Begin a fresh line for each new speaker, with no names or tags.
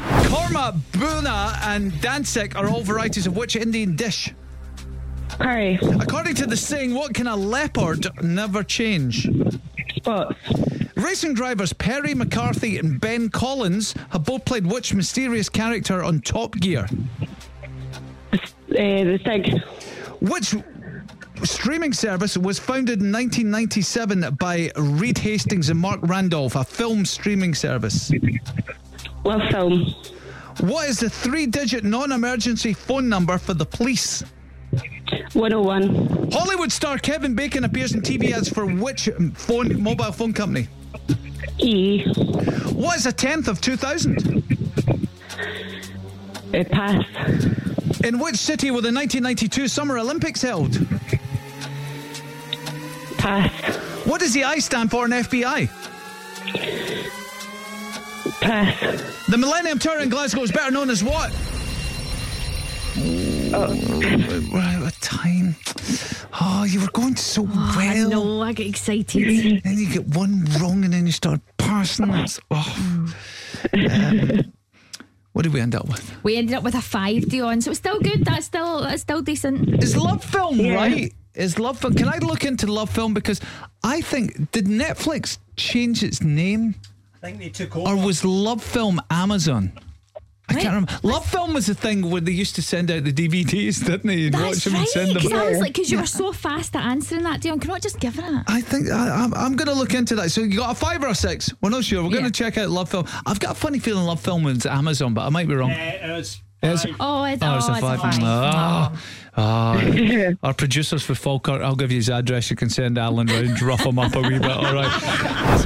Kurma, Buna, and Dantzek are all varieties of which Indian dish?
Curry.
According to the saying, what can a leopard never change?
Spots.
Racing drivers Perry McCarthy and Ben Collins have both played which mysterious character on Top Gear?
Uh, the Stig.
Which streaming service was founded in 1997 by Reed Hastings and Mark Randolph, a film streaming service?
Love film.
What is the three digit non emergency phone number for the police?
101.
Hollywood star Kevin Bacon appears in TV ads for which phone mobile phone company?
E.
What is a tenth of 2000?
Uh, pass.
In which city were the 1992 Summer Olympics held?
Pass.
What does the I stand for in FBI?
Pass.
The Millennium Tower in Glasgow is better known as what?
Oh.
We're out of time. Oh, you were going so
Oh, I
well.
know, I get excited.
Then you get one wrong and then you start parsing. It's- oh.
Mm.
Um, what did we end up with?
we ended up with a five, Dion, so it's still good. That's still that's still decent.
Is love film
Yeah.
right? Is love film? Can I look into love film because I think did Netflix change its name
I think they took over.
or was love film Amazon? I
Right.
can't remember. Love film was the thing where they used to send out the DVDs, didn't they? You'd watch
That's
them
right.
and send them.
Because I was like, because you were so fast at answering that, Dion. Can I just give it a?
I think I, I'm, I'm going to look into that. So you got a five or a six? We're not sure. We're going
Yeah.
to check out Love Film. I've got a funny feeling Love Film was Amazon, but I might be wrong.
Uh, it was-
Yes.
I-
Oh, it's,
Oh, it's a five. Oh. Oh. Our producers for Falkirk, I'll give you his address. You can send Alan round, rough him up a wee bit. All right.